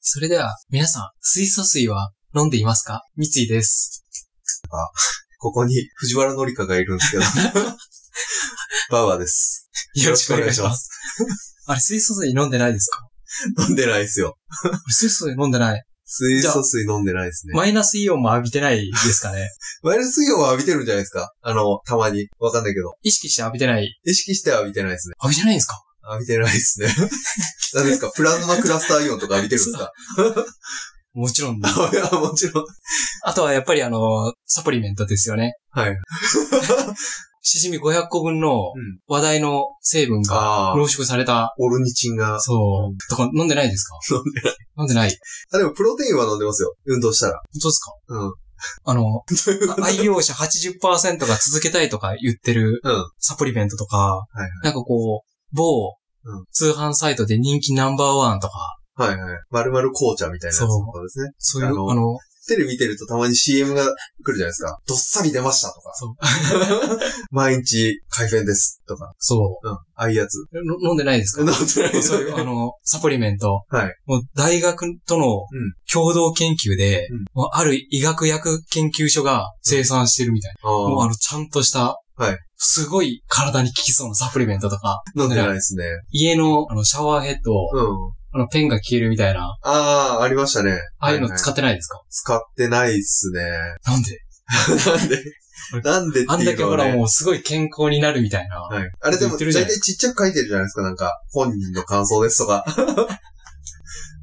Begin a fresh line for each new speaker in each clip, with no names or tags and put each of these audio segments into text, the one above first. それでは、皆さん、水素水は飲んでいますか三井です。
ここに藤原紀香がいるんですけど。バウアーです。
よろしくお願いします。
す。
あれ、水素水飲んでないですか
飲んでないですよ。
俺水素水飲んでない。
水素水飲んでないですね。
マイナスイオンも浴びてないですかね。
マイナスイオンは浴びてるんじゃないですかあの、たまに。わかんないけど。
意識して浴びてない。
意識しては浴びてないですね。
浴びてないんですか
浴びてないですね。何ですかプラズマクラスターイオンとか浴びてるんですか
もちろん。
あいやもちろん。
あとはやっぱりあの、サプリメントですよね。
はい。
しじみ500個分の
ん
話題の成分が
あ
濃
あ。
縮された。
オルニチンが。
そうう。とか飲んでないですか
飲んでない。
飲んでない。
あ、でもプロテインは飲んでますよ。運動したら。
本当ですか
うん。
あの、
ということ
愛用者80%が続けたいとか言ってる
うん。
サプリメントとか、
いはい
なんかこう、某
うん
通販サイトで人気ナンバーワンとか、
はいはい。丸々紅茶みたいなやつとかですね。
そういう、あ
あ
の、
のテレビ見てるとたまに CM が来るじゃないですか。どっさり出ましたとか。
そう
毎日、改善です。とか。
そ
うん。ああいうやつ。
う、の飲んで ないです
飲
か
んでない
そういう、あの、サプリメント。
はい
もう大学との
ん
共同研究で、
うん
もうある医学薬研究所が生産してるみたい
あ
な。もうあ
ー
の、ちゃんとした、
はい
すごい体に効きそうなサプリメントとか、
飲んでないですね。
家のあのシャワーヘッドを、
うん。
あの、ペンが消えるみたいな、
ああ、ありましたね。
ああいうの
は
使ってないですか、
使ってないっすね。
なんで
なんで なんでっていうのは、ね。
あんだけほらもうすごい健康になるみたいな。
はい。あれで
言
も、
ってるじゃ
大
ない
体ちっちゃく書いてるじゃないですか、なんか。本人の感想ですと か。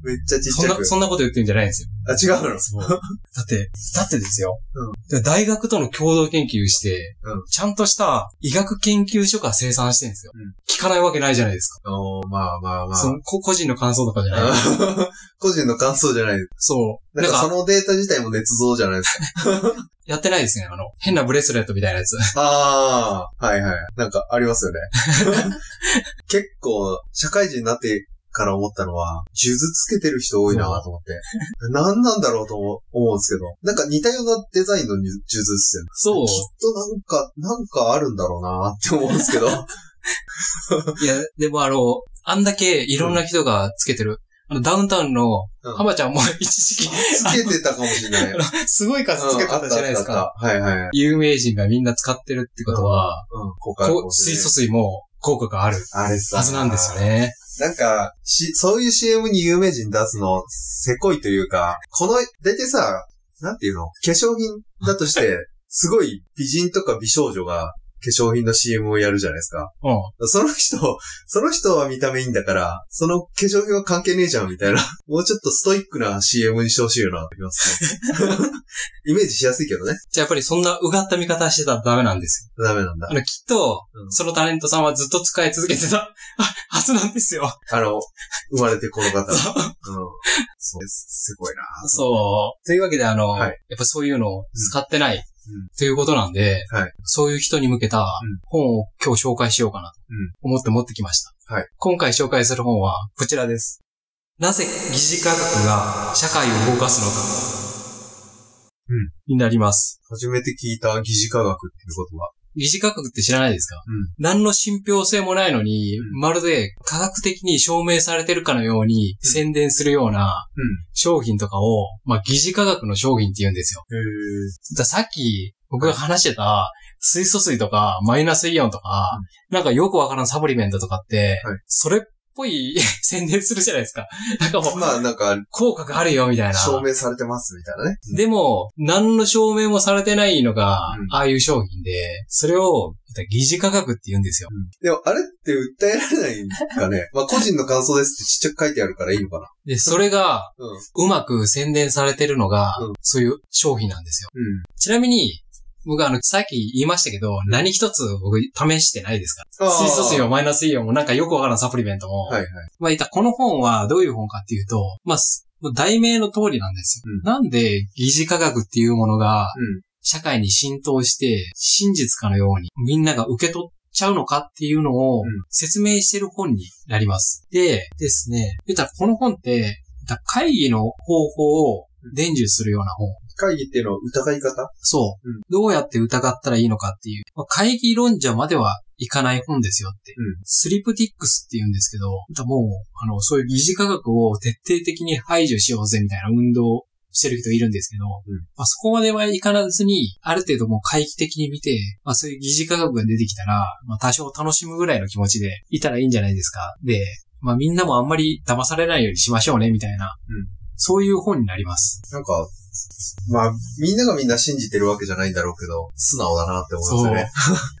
めっちゃちっ
そん
ちゃ
な、
く。
そんなこと言ってるんじゃないんですよ。
あ、違うの
そう。だって、だってですよ。
うん
で大学との共同研究して、
うん
ちゃんとした医学研究所が生産してるんですよ。
うん
聞かないわけないじゃないですか。
おーまあまあまあ。
そのこ個人の感想とかじゃない。
あー 個人の感想じゃない。
そう。
な
な
ん
ん
かそ
か、
のデータ自体も捏造じゃな いですか。
やってないですね。あの、変なブレスレットみたいなや つ。
ああ、はいはい。なんかありますよね。 結構、社会人になってから思ったのは、数珠つけてる人多いなと思って。何なんだろうと思思うんですけど。なんか似たようなデザインの数珠っすよね。
そう
き。っとなんか、なんかあるんだろうなって思うんですけ ど。はい
や、でもあの、あんだけいろんな人がつけてる。あの、ダウンタウンの
うん、
浜ちゃんも一時期、
つけてたかもしれない。
すごい数つけてたじゃないですか。
うん。あったあったあったはいはい。
有名人がみんな使ってるってことは、
うん、ここ
こう水素水も効果がある
あれさ。
はずなんですよね。
なんか、し、そういう CM に有名人出すの、せこいというか、この、だいたいさ、なんていうの化粧品だと して、すごい美人とか美少女が化粧品の CM をやるじゃないですか。
うん。
その人、その人は見た目いいんだから、その化粧品は関係ねえじゃんみたいな、 もうちょっとストイックな CM にしてほしいよな、って思います ね。イメージしやすいけどね。
じゃあやっぱりそんなうがった見方してたらダメなんですよ。
ダメなんだ
あ。の、きっと
う、ん
そのタレントさんはずっと使い続けて たはずなんですよ。
あの、生まれてこの方。う ん。そうです。すごいな
そう。というわけで、あの、
はい
やっぱそういうのを使ってない、ということなんで、
はい
そういう人に向けた
ん
本を今日紹介しようかなと
うん
思って持ってきました。
はい
今回紹介する本はこちらです。なぜ疑似科学が社会を動かすのか。
うん。
になります。
初めて聞いた疑似科学っていう言葉。
疑似科学って知らないですか
うん
何の信憑性もないのに、
うん
まるで科学的に証明されてるかのように
うん
宣伝するような
うん
商品とかを、まあ、疑似科学の商品って言うんですよ。
へえ。
ださっき僕が話してた水素水とかマイナスイオンとか、なんかよくわからんサプリメントとかって、
はい
それっぽい 宣伝するじゃないですか。なんかもう、
まあなんか、
効果があるよみたいな。
証明されてますみたいなね。
でも、何の証明もされてないのが
うん、
ああいう商品で、それを、疑似価格って言うんですよ。
でも、あれって訴えられないんかね。 まあ個人の感想ですってちっちゃく書いてあるからいいのかな。
で、それが、
うん。うん。
うまく宣伝されてるのが
うん、
そういう商品なんですよ。ちなみに、僕あの、さっき言いましたけど、何一つ僕試してないですから。
あー
水素水もマイナスイオンもなんかよくわからんサプリメントも。
はいはい。
まあ、いったこの本はどういう本かっていうと、まあ、すもう題名の通りなんですよ。
うん
なんで疑似科学っていうものが
うん。
社会に浸透して真実かのようにみんなが受け取っちゃうのかっていうのを
うん
説明してる本になります。で、ですね、言ったらこの本って、言ったら会議の方法を伝授するような本。
会議っていうのは疑い方
そう
うん。
どうやって疑ったらいいのかっていう。まあ会議論者まではいかない本ですよって。
うん
スリプティックスって言うんですけど、もう、あの、そういう疑似科学を徹底的に排除しようぜみたいな運動をしてる人いるんですけど、
ん
まあ、そこまではいかなずに、ある程度もう回帰的に見て、まあ、そういう疑似科学が出てきたら、まあ、多少楽しむぐらいの気持ちでいたらいいんじゃないですか。で、まあ、みんなもあんまり騙されないようにしましょうね、みたいな。
うん
そういう本になります。
なんか、まあ、みんながみんな信じてるわけじゃないんだろうけど、素直だなって思いますよね。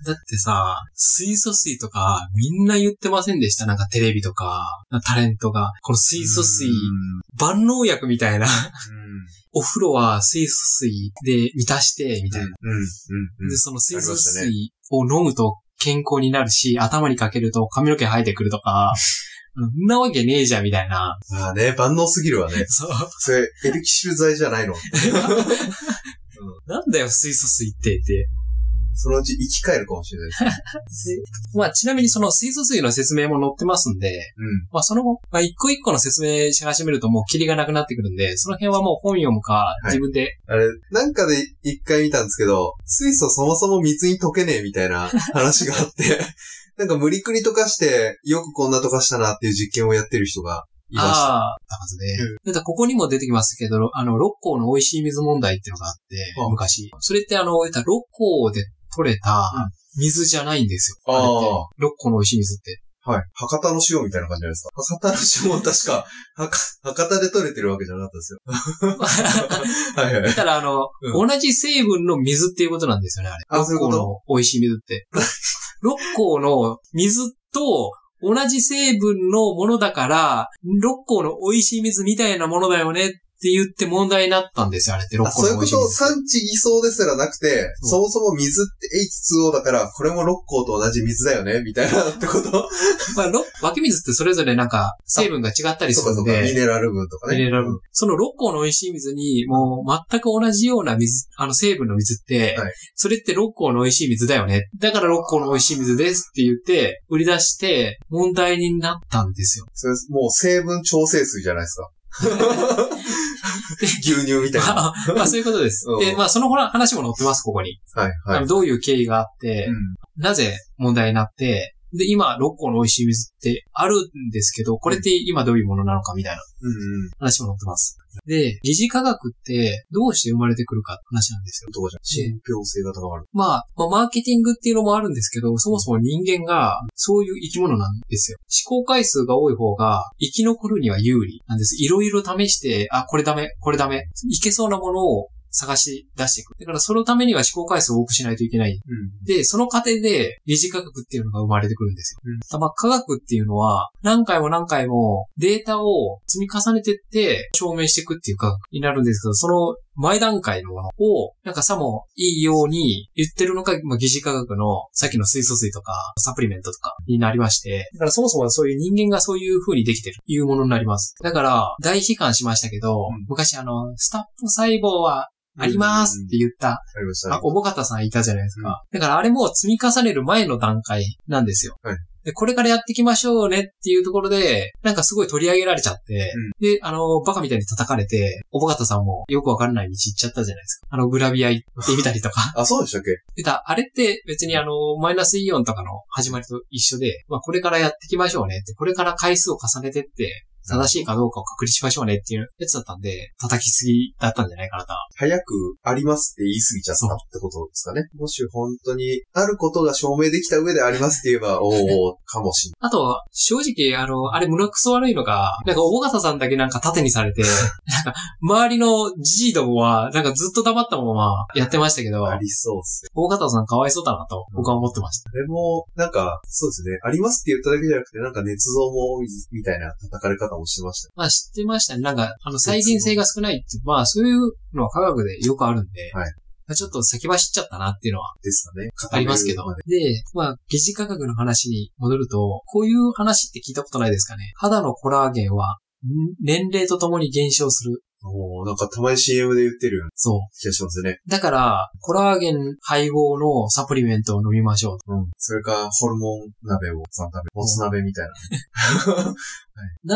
だってさ、水素水とかみんな言ってませんでしたなんかテレビとか、タレントが。この水素水
うん、
万能薬みたいな。
うん
お風呂は水素水で満たして、みたいな。
うん。うん。うん
で、その水素
あり
水を飲むと健康になるし、頭にかけると髪の毛生えてくると か、そんなわけねえじゃん、みたいな。
まあね、万能すぎるわね。
そう。
それ、エルキシル剤じゃないの。
なんだよ、水素水ってって。
そのうち生き返るかもしれないし。
まあ、ちなみにその水素水の説明も載ってますんで、
うん。
まあ、その後、まあ、一個一個の説明し始めるともうキリがなくなってくるんで、その辺はもう本読むか、
い
自分で、
あれ、なんかで一回見たんですけど、水素そもそも水に溶けねえみたいな話があって、なんか無理くり溶かして、よくこんな溶かしたなっていう実験をやってる人がいました。
ああ、たはずで。だからここにも出てきますけど、あの、六甲の美味しい水問題っていうのがあって、
ああ
昔。それってあの、言ったら六甲で取れた
うん
水じゃないんですよ。
あ
あれって
あ。
六甲の美味しい水って。
はい。博多の塩みたいな感じじゃないですか。博多の塩は確か、はか博多で取れてるわけじゃなかったですよ。はいはい。
だからあの、
う
同じ成分の水っていうことなんですよね、あれ。
あそうい
六
う
甲
こと
の美味しい水 って。六甲の水と同じ成分のものだから、六甲の美味しい水みたいなものだよねって言って問題になったんですよ、あれって。六
あ
甲
そ
の
ういう
美
こ
味しい
と、
水。
産地偽装ですらなくて、
うん
そもそも水って H2O だから、これも六甲と同じ水だよねみたいなってこと
まあ、六湧き水ってそれぞれなんか成分が違ったりす
そうか
る
そ
ん
うか、ミ
で、
ネラル分とかね。
ミネラル
うん
その六甲の美味しい水に、もう全く同じような水、あの成分の水って、
はい
それって六甲の美味しい水だよね。だから六甲の美味しい水ですって言って、売り出して問題になったんですよ。
それもう成分調整水じゃない ですか。牛乳みたいな。
ま あ、まあそういうことです。
うん
で、まあその話も載ってます、ここに。
はい
あ
はい。
のどういう経緯があって、
う。
なぜ問題になって、で、今、六甲の美味しい水ってあるんですけど、これって今どういうものなのかみたいなん
うんうん。
話も載ってます。で、疑似科学ってどうして生まれてくるかって話なんですよ。
どうじゃん。信憑性が高まる。
まあ、まあ、マーケティングっていうのもあるんですけど、そもそも人間がそういう生き物なんですよ。思考回数が多い方が生き残るには有利なんです。いろいろ試して、あ、これダメ、これダメ、いけそうなものを探し出していく。だからそのためには思考回数を多くしないといけない。
うん。
で、その過程で理事科学っていうのが生まれてくるんです
うん
よ。ただまあ、科学っていうのは何回も何回もデータを積み重ねてって証明していくっていう科学になるんですけど、その前段階のものをなんかさもいいように言ってるのが、まあ、疑似科学のさっきの水素水とかサプリメントとかになりまして、だからそもそもそういう人間がそういう風にできてるというものになります。だから大悲観しましたけど、
うん
昔あの、スタップ細胞はありますって言った
ありましたね
あ、。おぼかたさんいたじゃないですか。だからあれも積み重ねる前の段階なんですよ。
はい
で、これからやっていきましょうねっていうところで、なんかすごい取り上げられちゃって、で、あの、バカみたいに叩かれて、おぼかたさんもよくわかんない道行っちゃったじゃないですか。あの、グラビア行ってみたりとか。
あ、そうでしたっけ
で、だあれって別にあの、マイナスイオンとかの始まりと一緒で、まあこれからやっていきましょうねって、これから回数を重ねてって、正しいかどうかを確認しましょうねっていうやつだったんで、叩きすぎだったんじゃないかなと。
早くありますって言い過ぎちゃったってことですかね。もし本当にあることが証明できた上でありますって 言えば、おーおー、かもしん
あと、正直、あの、あれ胸くそ悪いのが、なんか、大笠さんだけなんか縦にさ れて、なんか、周りのじじいどもは、なんかずっと黙ったままやってましたけど、
ありそうっすね。
大笠さんかわいそうだなと、僕は思ってました。
でも、なんか、そうですね。ありますって言っただけじゃなくて、なんか捏造も、みたいな叩かれ方もしてましたね。
まあ、知ってましたね。なんか、あの、再現性が少ないって、まあ、そういうのは科学でよくあるんで、
はい
まあちょっと先走っちゃったなっていうのは
ですかね。
ありますけど
固める。
で、まあ、疑似価格の話に戻ると、こういう話って聞いたことないですかね。肌のコラーゲンは、ん年齢とともに減少する。
まで。おーなんかたまに CM で言ってるような
そ
気がしますね。
う。だから、コラーゲン配合のサプリメントを飲みましょう。
うん。それか、ホルモン鍋を3鍋、もつ鍋みたいな。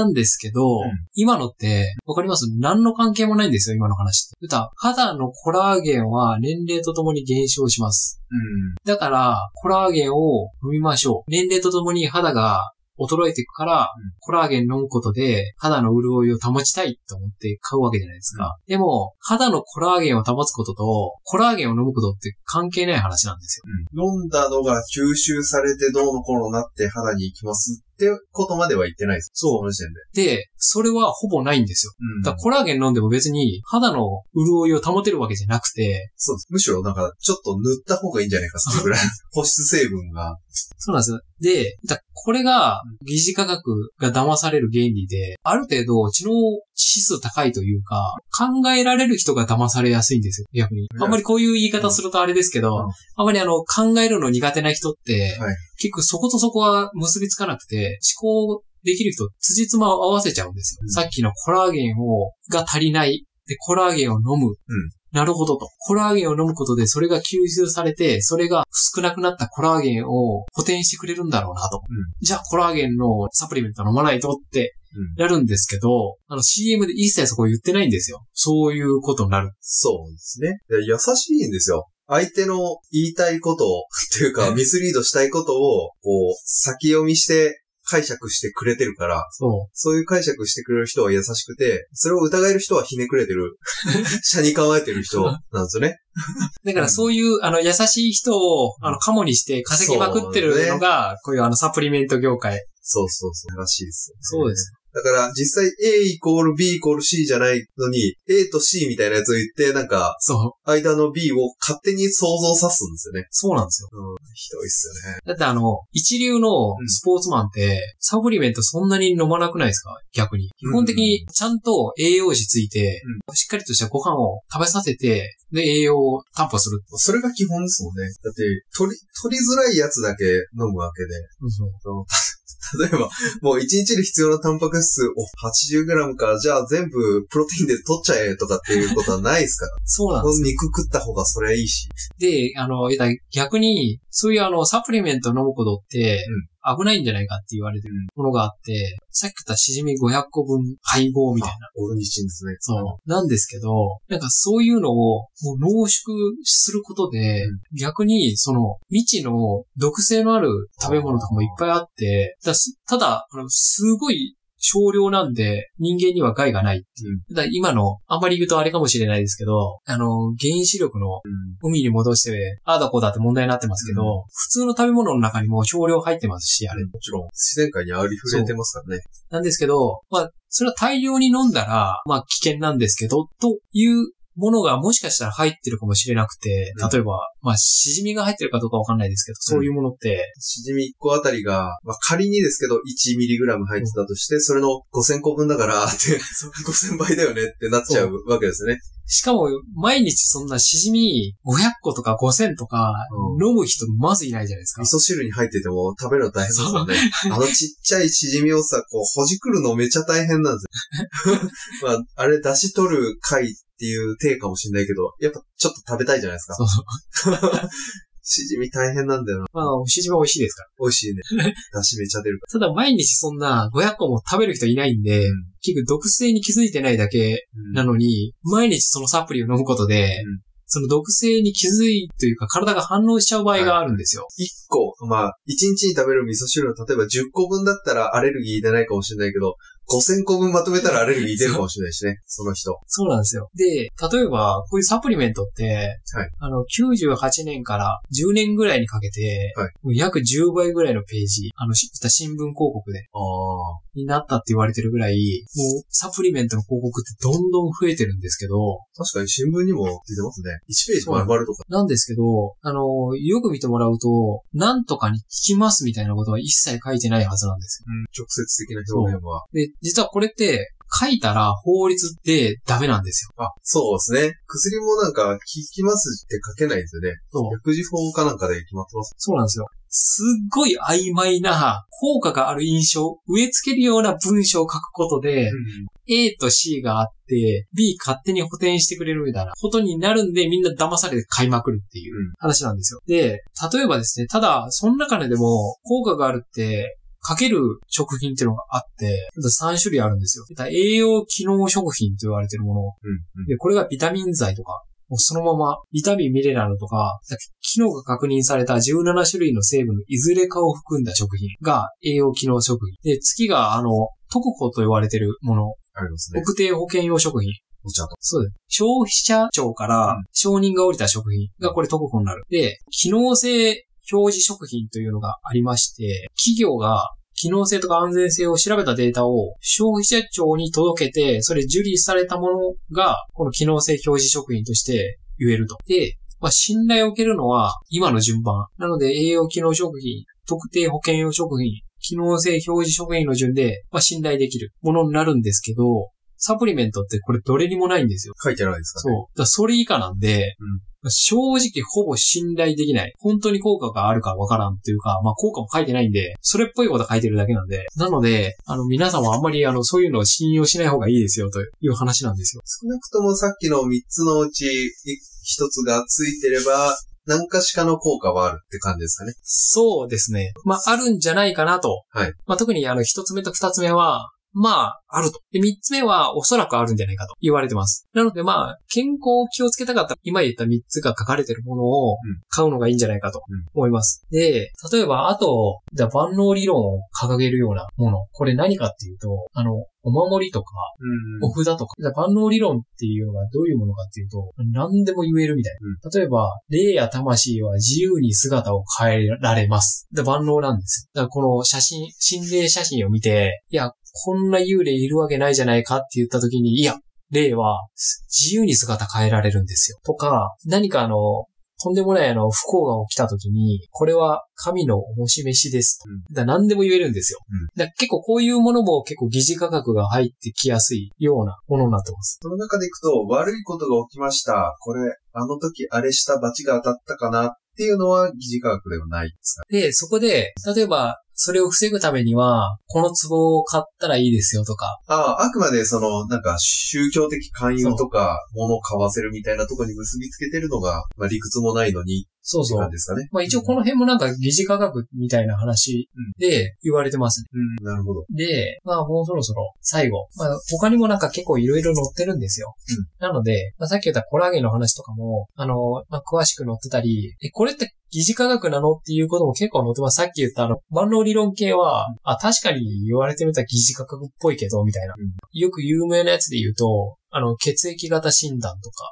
なんですけど、
うん
今のって、わかります何の関係もないんですよ、今の話って。歌、肌のコラーゲンは年齢とともに減少します。
うん。
だから、コラーゲンを飲みましょう。年齢とともに肌が衰えていくから、
うん
コラーゲン飲むことで肌の潤いを保ちたいと思って買うわけじゃないですか。でも、肌のコラーゲンを保つことと、コラーゲンを飲むことって関係ない話なんですよ。
飲んだのが吸収されてどうのこうのなって肌に行きますってことまでは言ってないです。
そう
その時点で。
で、それはほぼないんですよ。
うん
だからコラーゲン飲んでも別に肌の潤いを保てるわけじゃなくて、
そうです。むしろなんか、ちょっと塗った方がいいんじゃないか、それぐら い。保湿成分が。
そうなんですよ。で、だこれが、疑似価格が騙される原理で、ある程度、知能指数高いというか、考えられる人が騙されやすいんですよ、逆に。
うん
あんまりこういう言い方するとあれですけ
うん
ど、あんまりあの、考えるの苦手な人って、
はい
結構そことそこは結びつかなくて、思考できる人、辻褄を合わせちゃうんですよ。
うん
さっきのコラーゲンを、が足りない。で、コラーゲンを飲む。
ん
なるほどと。コラーゲンを飲むことで、それが吸収されて、それが少なくなったコラーゲンを補填してくれるんだろうなと。
うん
じゃあ、コラーゲンのサプリメント飲まないとって、やるんですけど、あの CM で一切そこ言ってないんですよ。そういうことになる。
そうですね。で優しいんですよ。相手の言いたいことを、っていうか、ミスリードしたいことを、こう、先読みして解釈してくれてるから、
そ
そういう解釈してくれる人は優しくて、それを疑える人はひねくれ てる。社に構えてる人なんですよね。
う。だからそういう、あの、優しい人を、あの、カモにして稼ぎまくってるのが、こういうあの、サプリメント業界。
そうそうそう。らしいですよね。
そうです。
だから、実際 A イコール B イコール C じゃないのに、A と C みたいなやつを言って、なんか、
そう。
間の B を勝手に想像さすんですよね。
そうなんですよ。
ひどいっすよね。
だってあの、一流の
うん
スポーツマンって、サプリメントそんなに飲まなくないですか逆に。基本的にちゃんと栄養士ついて、しっかりとしたご飯を食べさせて、で、栄養を担保する。
それが基本ですもんね。だって、取り、取りづらいやつだけ飲むわけで。その 例えば、もう1日で必要なタンパク質を 80g か、じゃあ全部プロテインで取っちゃえとかっていうことはないですから。
そうなんですよ
肉食った方がそれはいいし。
で、あの、だ逆に、そういうあの、サプリメント飲むことって、危ないんじゃないかって言われてるものがあって、さっき言ったしじみ500個分配合みたいな。
オルニチンですね。
そう。なんですけど、なんかそういうのをもう濃縮することで、
うん
逆にその未知の毒性のある食べ物とかもいっぱいあって、だすただ、あのすごい少量なんで人間には害がないっていう。ただ今の、あんまり言うとあれかもしれないですけど、あの、原子力の
うん。
海に戻して、ああだこうだって問題になってますけど、普通の食べ物の中にも少量入ってますし、あれ。
もちろん、自然界にありふれてますからね。
なんですけど、まあ、それは大量に飲んだら、まあ、危険なんですけど、というものがもしかしたら入ってるかもしれなくて
うん、
例えば、まあ、しじみが入ってるかどうかわかんないですけど、そういうものって、
しじみ1個あたりが、まあ、仮にですけど 1mg 入ってたとして、それの5000個分だから、って、5000倍だよねってなっちゃうわけですよね。
しかも、毎日そんなしじみ500個とか5000とか
う
飲む人まずいないじゃないですか
味。噌汁に入ってても食べるの大変ですもんね。あのちっちゃいしじみをさ、こう、ほじくるのめちゃ大変なんですよ。 まあ、あれ出し取る回っていう体かもしれないけど、やっぱちょっと食べたいじゃないですか。
そうそう。
しじみ大変なんだよな。
まあ、しじみは美味しいですから。
美味しい ね。出汁めちゃ出るか
ただ、毎日そんな500個も食べる人いないんで、
うん
結局毒性に気づいてないだけ
ら。
なのに、毎日そのサプリを飲むことで、
うん
その毒性に気づいというか体が反応しちゃう場合があるんですよ。
1個、まあ、1日に食べる味噌汁の例えば10個分だったらアレルギー出ないかもしれないけど、5000個分まとめたらアレルギー出るかもしれないしね、その人。
そうなんですよ。で、例えば、こういうサプリメントって、
はい
あの、98年から10年ぐらいにかけて、
はい
もう約10倍ぐらいのページ、あの、し新聞広告で、
ああ。
になったって言われてるぐらい、もう、サプリメントの広告ってどんどん増えてるんですけど、
確かに新聞にも出てますね。1ページ丸々とか。
なんですけど、あの、よく見てもらうと、なんとかに効きますみたいなことは一切書いてないはずなんですよ
直接的な表現は。
で、実はこれって、書いたら法律でダメなんですよ。
あ、そうですね。薬もなんか、効きますって書けないですよね。
そう。
薬事法かなんかで決まってます。
そうなんですよ。すっごい曖昧な、効果がある印象、植え付けるような文章を書くことで、 A と C があって、B 勝手に補填してくれるみたいなことになるんで、みんな騙されて買いまくるっていう
うん
話なんですよ。で、例えばですね、ただ、その中ででも効果があるって、かける食品っていうのがあって、3種類あるんですよ。栄養機能食品と言われてるもの
うん。
で、これがビタミン剤とか、もうそのまま、ビタミン、ミネラルとか、機能が確認された17種類の成分のいずれかを含んだ食品が栄養機能食品。で、次が、あの、特保と言われてるもの、
ありますね。
特定保険用食品。
お茶と。
そうです。消費者庁から承認が降りた食品がこれ特保になる。で、機能性表示食品というのがありまして、企業が機能性とか安全性を調べたデータを消費者庁に届けて、それ受理されたものが、この機能性表示食品として言えると。で、まあ、信頼を受けるのは今の順番。なので、栄養機能食品、特定保険用食品、機能性表示食品の順で、まあ、信頼できるものになるんですけど、サプリメントってこれどれにもないんですよ。
書いてないですか
そ
ね。
う。だからそれ以下なんで、正直ほぼ信頼できない。本当に効果があるかわからんというか、まあ効果も書いてないんで、それっぽいこと書いてるだけなんで、なので、あの皆さんはあんまりあのそういうのを信用しない方がいいですよという話なんですよ。
少なくともさっきの3つのうち1つがついてれば、何かしかの効果はあるって感じですかね。
そうですね。まああるんじゃないかなと。
はい
まあ特にあの一つ目と二つ目は、まあ、あると。で、三つ目は、おそらくあるんじゃないかと言われてます。なので、まあ、健康を気をつけたかったら、今言った三つが書かれてるものを
うん
買うのがいいんじゃないかと
うん
思います。で、例えば、あと、じゃあ万能理論を掲げるようなもの。これ何かっていうと、あの、お守りとか、
うん
お札とか、万能理論っていうのがどういうものかっていうと、何でも言えるみたいな。例えば、霊や魂は自由に姿を変えられます。で万能なんですよ。だからこの写真、心霊写真を見て、いや、こんな幽霊いるわけないじゃないかって言った時に、いや、霊は自由に姿変えられるんですよ。とか、何かあの、とんでもないあの、不幸が起きた時に、これは神のお示しですと。だから何でも言えるんですよ。だから結構こういうものも結構疑似価格が入ってきやすいようなものになってます。
その中でいくと、悪いことが起きました。これ、あの時あれした罰が当たったかなっていうのは疑似科学ではないですか
で、そこで、例えば、それを防ぐためには、この壺を買ったらいいですよとか、
ああ、あくまでその、なんか宗教的勧誘とか、物を買わせるみたいなところに結びつけてるのが、まあ理屈もないのに、
そう
って
そう
感じ。ですかね。
まあ一応この辺もなんか疑似価格みたいな話で言われてますね。
うん、なるほど。
で、まあもうそろそろ最後。まあ他にもなんか結構いろいろ載ってるんですよ。
うん
なので、まあさっき言ったコラーゲンの話とかも、あの、まあ詳しく載ってたり、え、これって疑似科学なのっていうことも結構載ってます。さっき言ったあの、万能理論系は、あ、確かに言われてみたら疑似科学っぽいけど、みたいな。
うん
よく有名なやつで言うと、あの、血液型診断とか、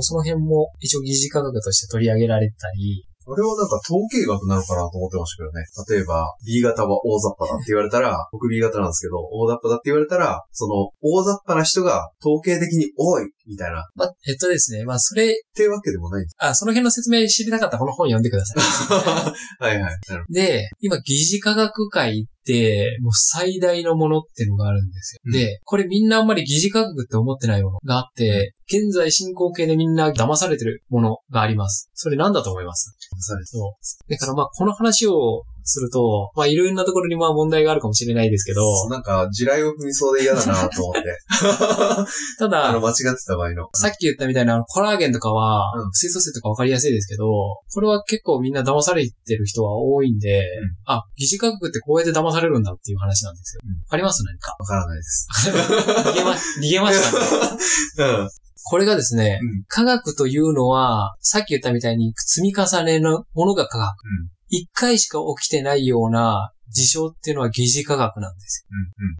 その辺も一応疑似科学として取り上げられてたり、
これはなんか統計学なのかなと思ってましたけどね。例えば、B 型は大雑把だって言われ たら、僕 B 型なんですけど、大雑把だって言われたら、その、大雑把な人が統計的に多い、みたいな、っ
まあ、えっとですね、まあそれ、
ていうわけでもない んです。
あ、その辺の説明知りたかったらこの本読んでください。
はいはい。なる
で、今、疑似科学界って、もう最大のものってのがあるんですよ。
うん
で、これみんなあんまり疑似科学って思ってないものがあって、現在進行形でみんな騙されてるものがあります。それなんだと思います
騙され
そう。だからまあ、この話をすると、まあ、いろんなところにまあ問題があるかもしれないですけど、
ほど。なんか、地雷を踏みそうで嫌だなと思って。
た
あ
だ、
の、間違ってた場合の。
さっき言ったみたいなあのコラーゲンとかは
うん、
水素水とかわかりやすいですけど、これは結構みんな騙されてる人は多いんで、あ、疑似科学ってこうやって騙されるんだっていう話なんですよ。
うん
わかります何か
わからないです。
逃 げま、逃げましたね。
うん。
これがですね、
うん
科学というのは、さっき言ったみたいに積み重ねのものが科学。
うん
一、回しか起きてないような事象っていうのは疑似科学なんですよ。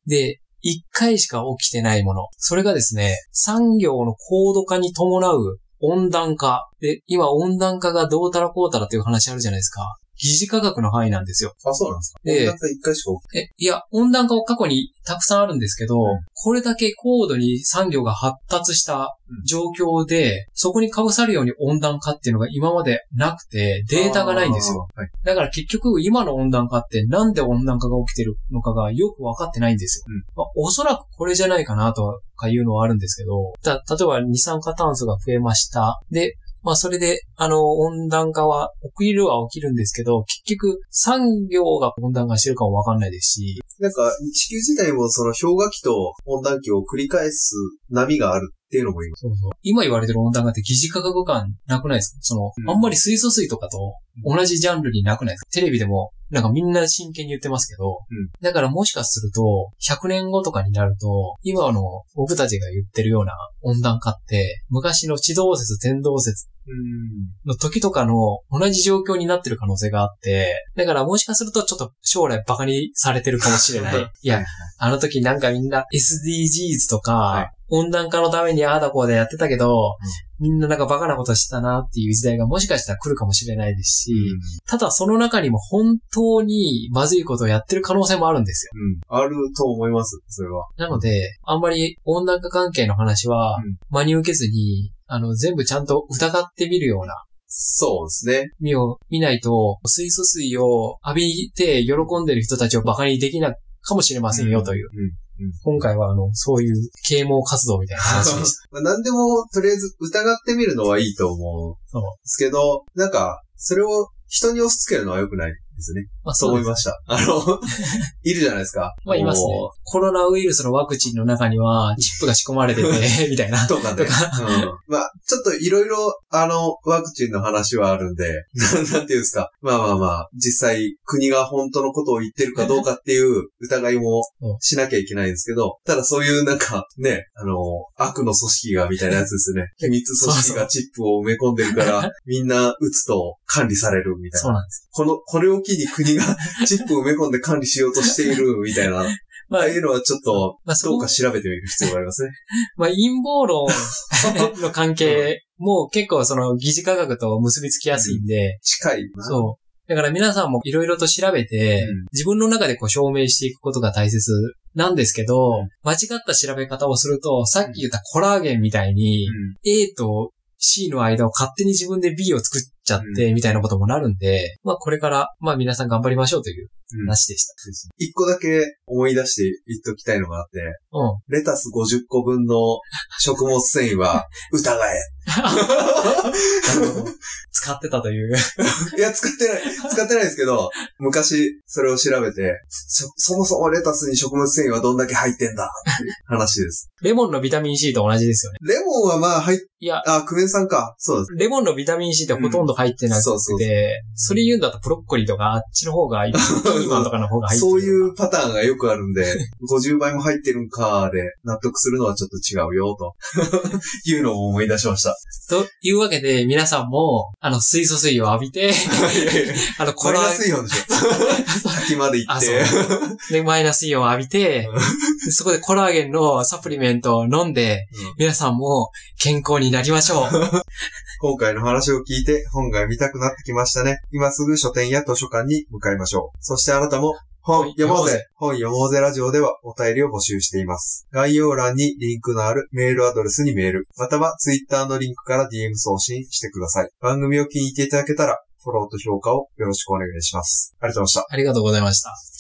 で、一回しか起きてないもの。それがですね、産業の高度化に伴う温暖化。で、今温暖化がどうたらこうたらっていう話あるじゃないですか。疑似科学の範囲なんですよ。
あ、そうなんですか。
ええ
ええ。一回しか起き
え、いや、温暖化は過去にたくさんあるんですけど、
うん
これだけ高度に産業が発達した状況で、そこに被さるように温暖化っていうのが今までなくて、データがないんですよ。。
あーはい。
だから結局今の温暖化ってなんで温暖化が起きてるのかがよくわかってないんですよ。
うん
まあ、おそらくこれじゃないかなとかいうのはあるんですけど、た例えば二酸化炭素が増えました。で、まあそれで、あの、温暖化は起きるは起きるんですけど、結局産業が温暖化してるかもわかんないですし、
なんか、地球自体もその氷河期と温暖期を繰り返す波があるっていうのも今。
そうそう。今言われてる温暖化って疑似価格感なくないですかその、
うん
あんまり水素水とかと同じジャンルになくないですかテレビでも、なんかみんな真剣に言ってますけど、
うん
だからもしかすると、100年後とかになると、今の僕たちが言ってるような温暖化って、昔の地動説、天動説
うん。
の時とかの同じ状況になってる可能性があって、だからもしかするとちょっと将来バカにされてるかもしれない
はい。
いや、あの時なんかみんな SDGs とか、
はい
温暖化のためにああだこうだやってたけど、
うん
みんななんかバカなことしてたなっていう時代がもしかしたら来るかもしれないですし、ただその中にも本当にまずいことをやってる可能性もあるんですよ。
うん。あると思います、それは。
なので、あんまり温暖化関係の話は
うん
真に受けずに、あの、全部ちゃんと疑ってみるような
そうですね。
目を見ないと、水素水を浴びて喜んでる人たちをバカにできなかもしれませんよという。
うん。うん
今回はあの、そういう啓蒙活動みたいな話でした。
まあ何でも、とりあえず疑ってみるのはいいと思うん
そう
ですけど、なんか、それを人に押し付けるのは良くないですね。
まあ
そう思い
す。
ました。あの、いるじゃないですか。
まあ、いますね
も。
コロナウイルスのワクチンの中には、チップが仕込まれて て、みたいな
う。。 とか
と
ね。
か
うん、まあ、ちょっといろいろ、あの、ワクチンの話はあるんで、 ななんていうんですか。まあまあまあ、実際、国が本当のことを言ってるかどうかっていう疑いもしなきゃいけないんですけど、ただそういうなんか、ね、あの、悪の組織がみたいなやつです ね。秘密組織がチップを埋め込んでるから、みんな打つと管理されるみたい
そう
な。
なんです。
この、これを機に 国がチップを埋め込んで管理しようとしているみたいな。
まあ
ああいうのはちょっと、
まあ、そ
どう
こ
か、調べてみる必要があ りますね。
まあ、陰謀論の関係も結構その疑似科学と結びつきやすいんで、
近いな。
そう。だから皆さんもいろいろと調べて、
うん
自分の中でこう証明していくことが大切なんですけど、
うん
間違った調べ方をすると、さっき言ったコラーゲンみたいに、
うん
A と C の間を勝手に自分で B を作っちゃって、みたいなこともなるんで、まあこれから、まあ皆さん頑張りましょうという
うん
話でした。
一個だけ思い出して言っときたいのがあって、
うん。
レタス50個分の食物繊 維は疑
なるほど使ってたという。
え。いや、使ってない、使ってないですけど、昔それを調べて、そ、そもそもレタスに食物繊維はどんだけ入ってんだっていう話です。
レモンのビタミン C と同じですよね。
レモンはまあ入っ、
いや、
あ、クエン酸か。そうです。
レモンのビタミン C ってほとんど入ってなくて、
うんそうそうそ
それ言うんだとブロッコリーとかあっちの方がいい、ピーマンとかの方が入ってる。
そういう。パターンがよくあるんで、50倍も入ってるんかで納得するのはちょっと違うよ、と いうのを思い出し ました。
というわけで、皆さんも、あの、水素水を浴び て、あの、コ
これ
ラー
は
ゲン
水温でし ょ。滝まで行っ
あ、そ
て。
う。で、マイナスイオンを浴びて、そこでコラーゲンのサプリメントを飲んで、
うん
皆さんも健康になりましょ う。
今回の話を聞いて本が見たくなってきましたね。今すぐ書店や図書館に向かいましょう。そしてあなたも本読もうぜ本読もうぜラジオではお便りを募集しています。概要欄にリンクのあるメールアドレスにメール、またはツイッターのリンクから DM 送信してください。番組を聞いていただけたら、フォローと評価をよろしくお願いします。ありがとうございました。
ありがとうございました。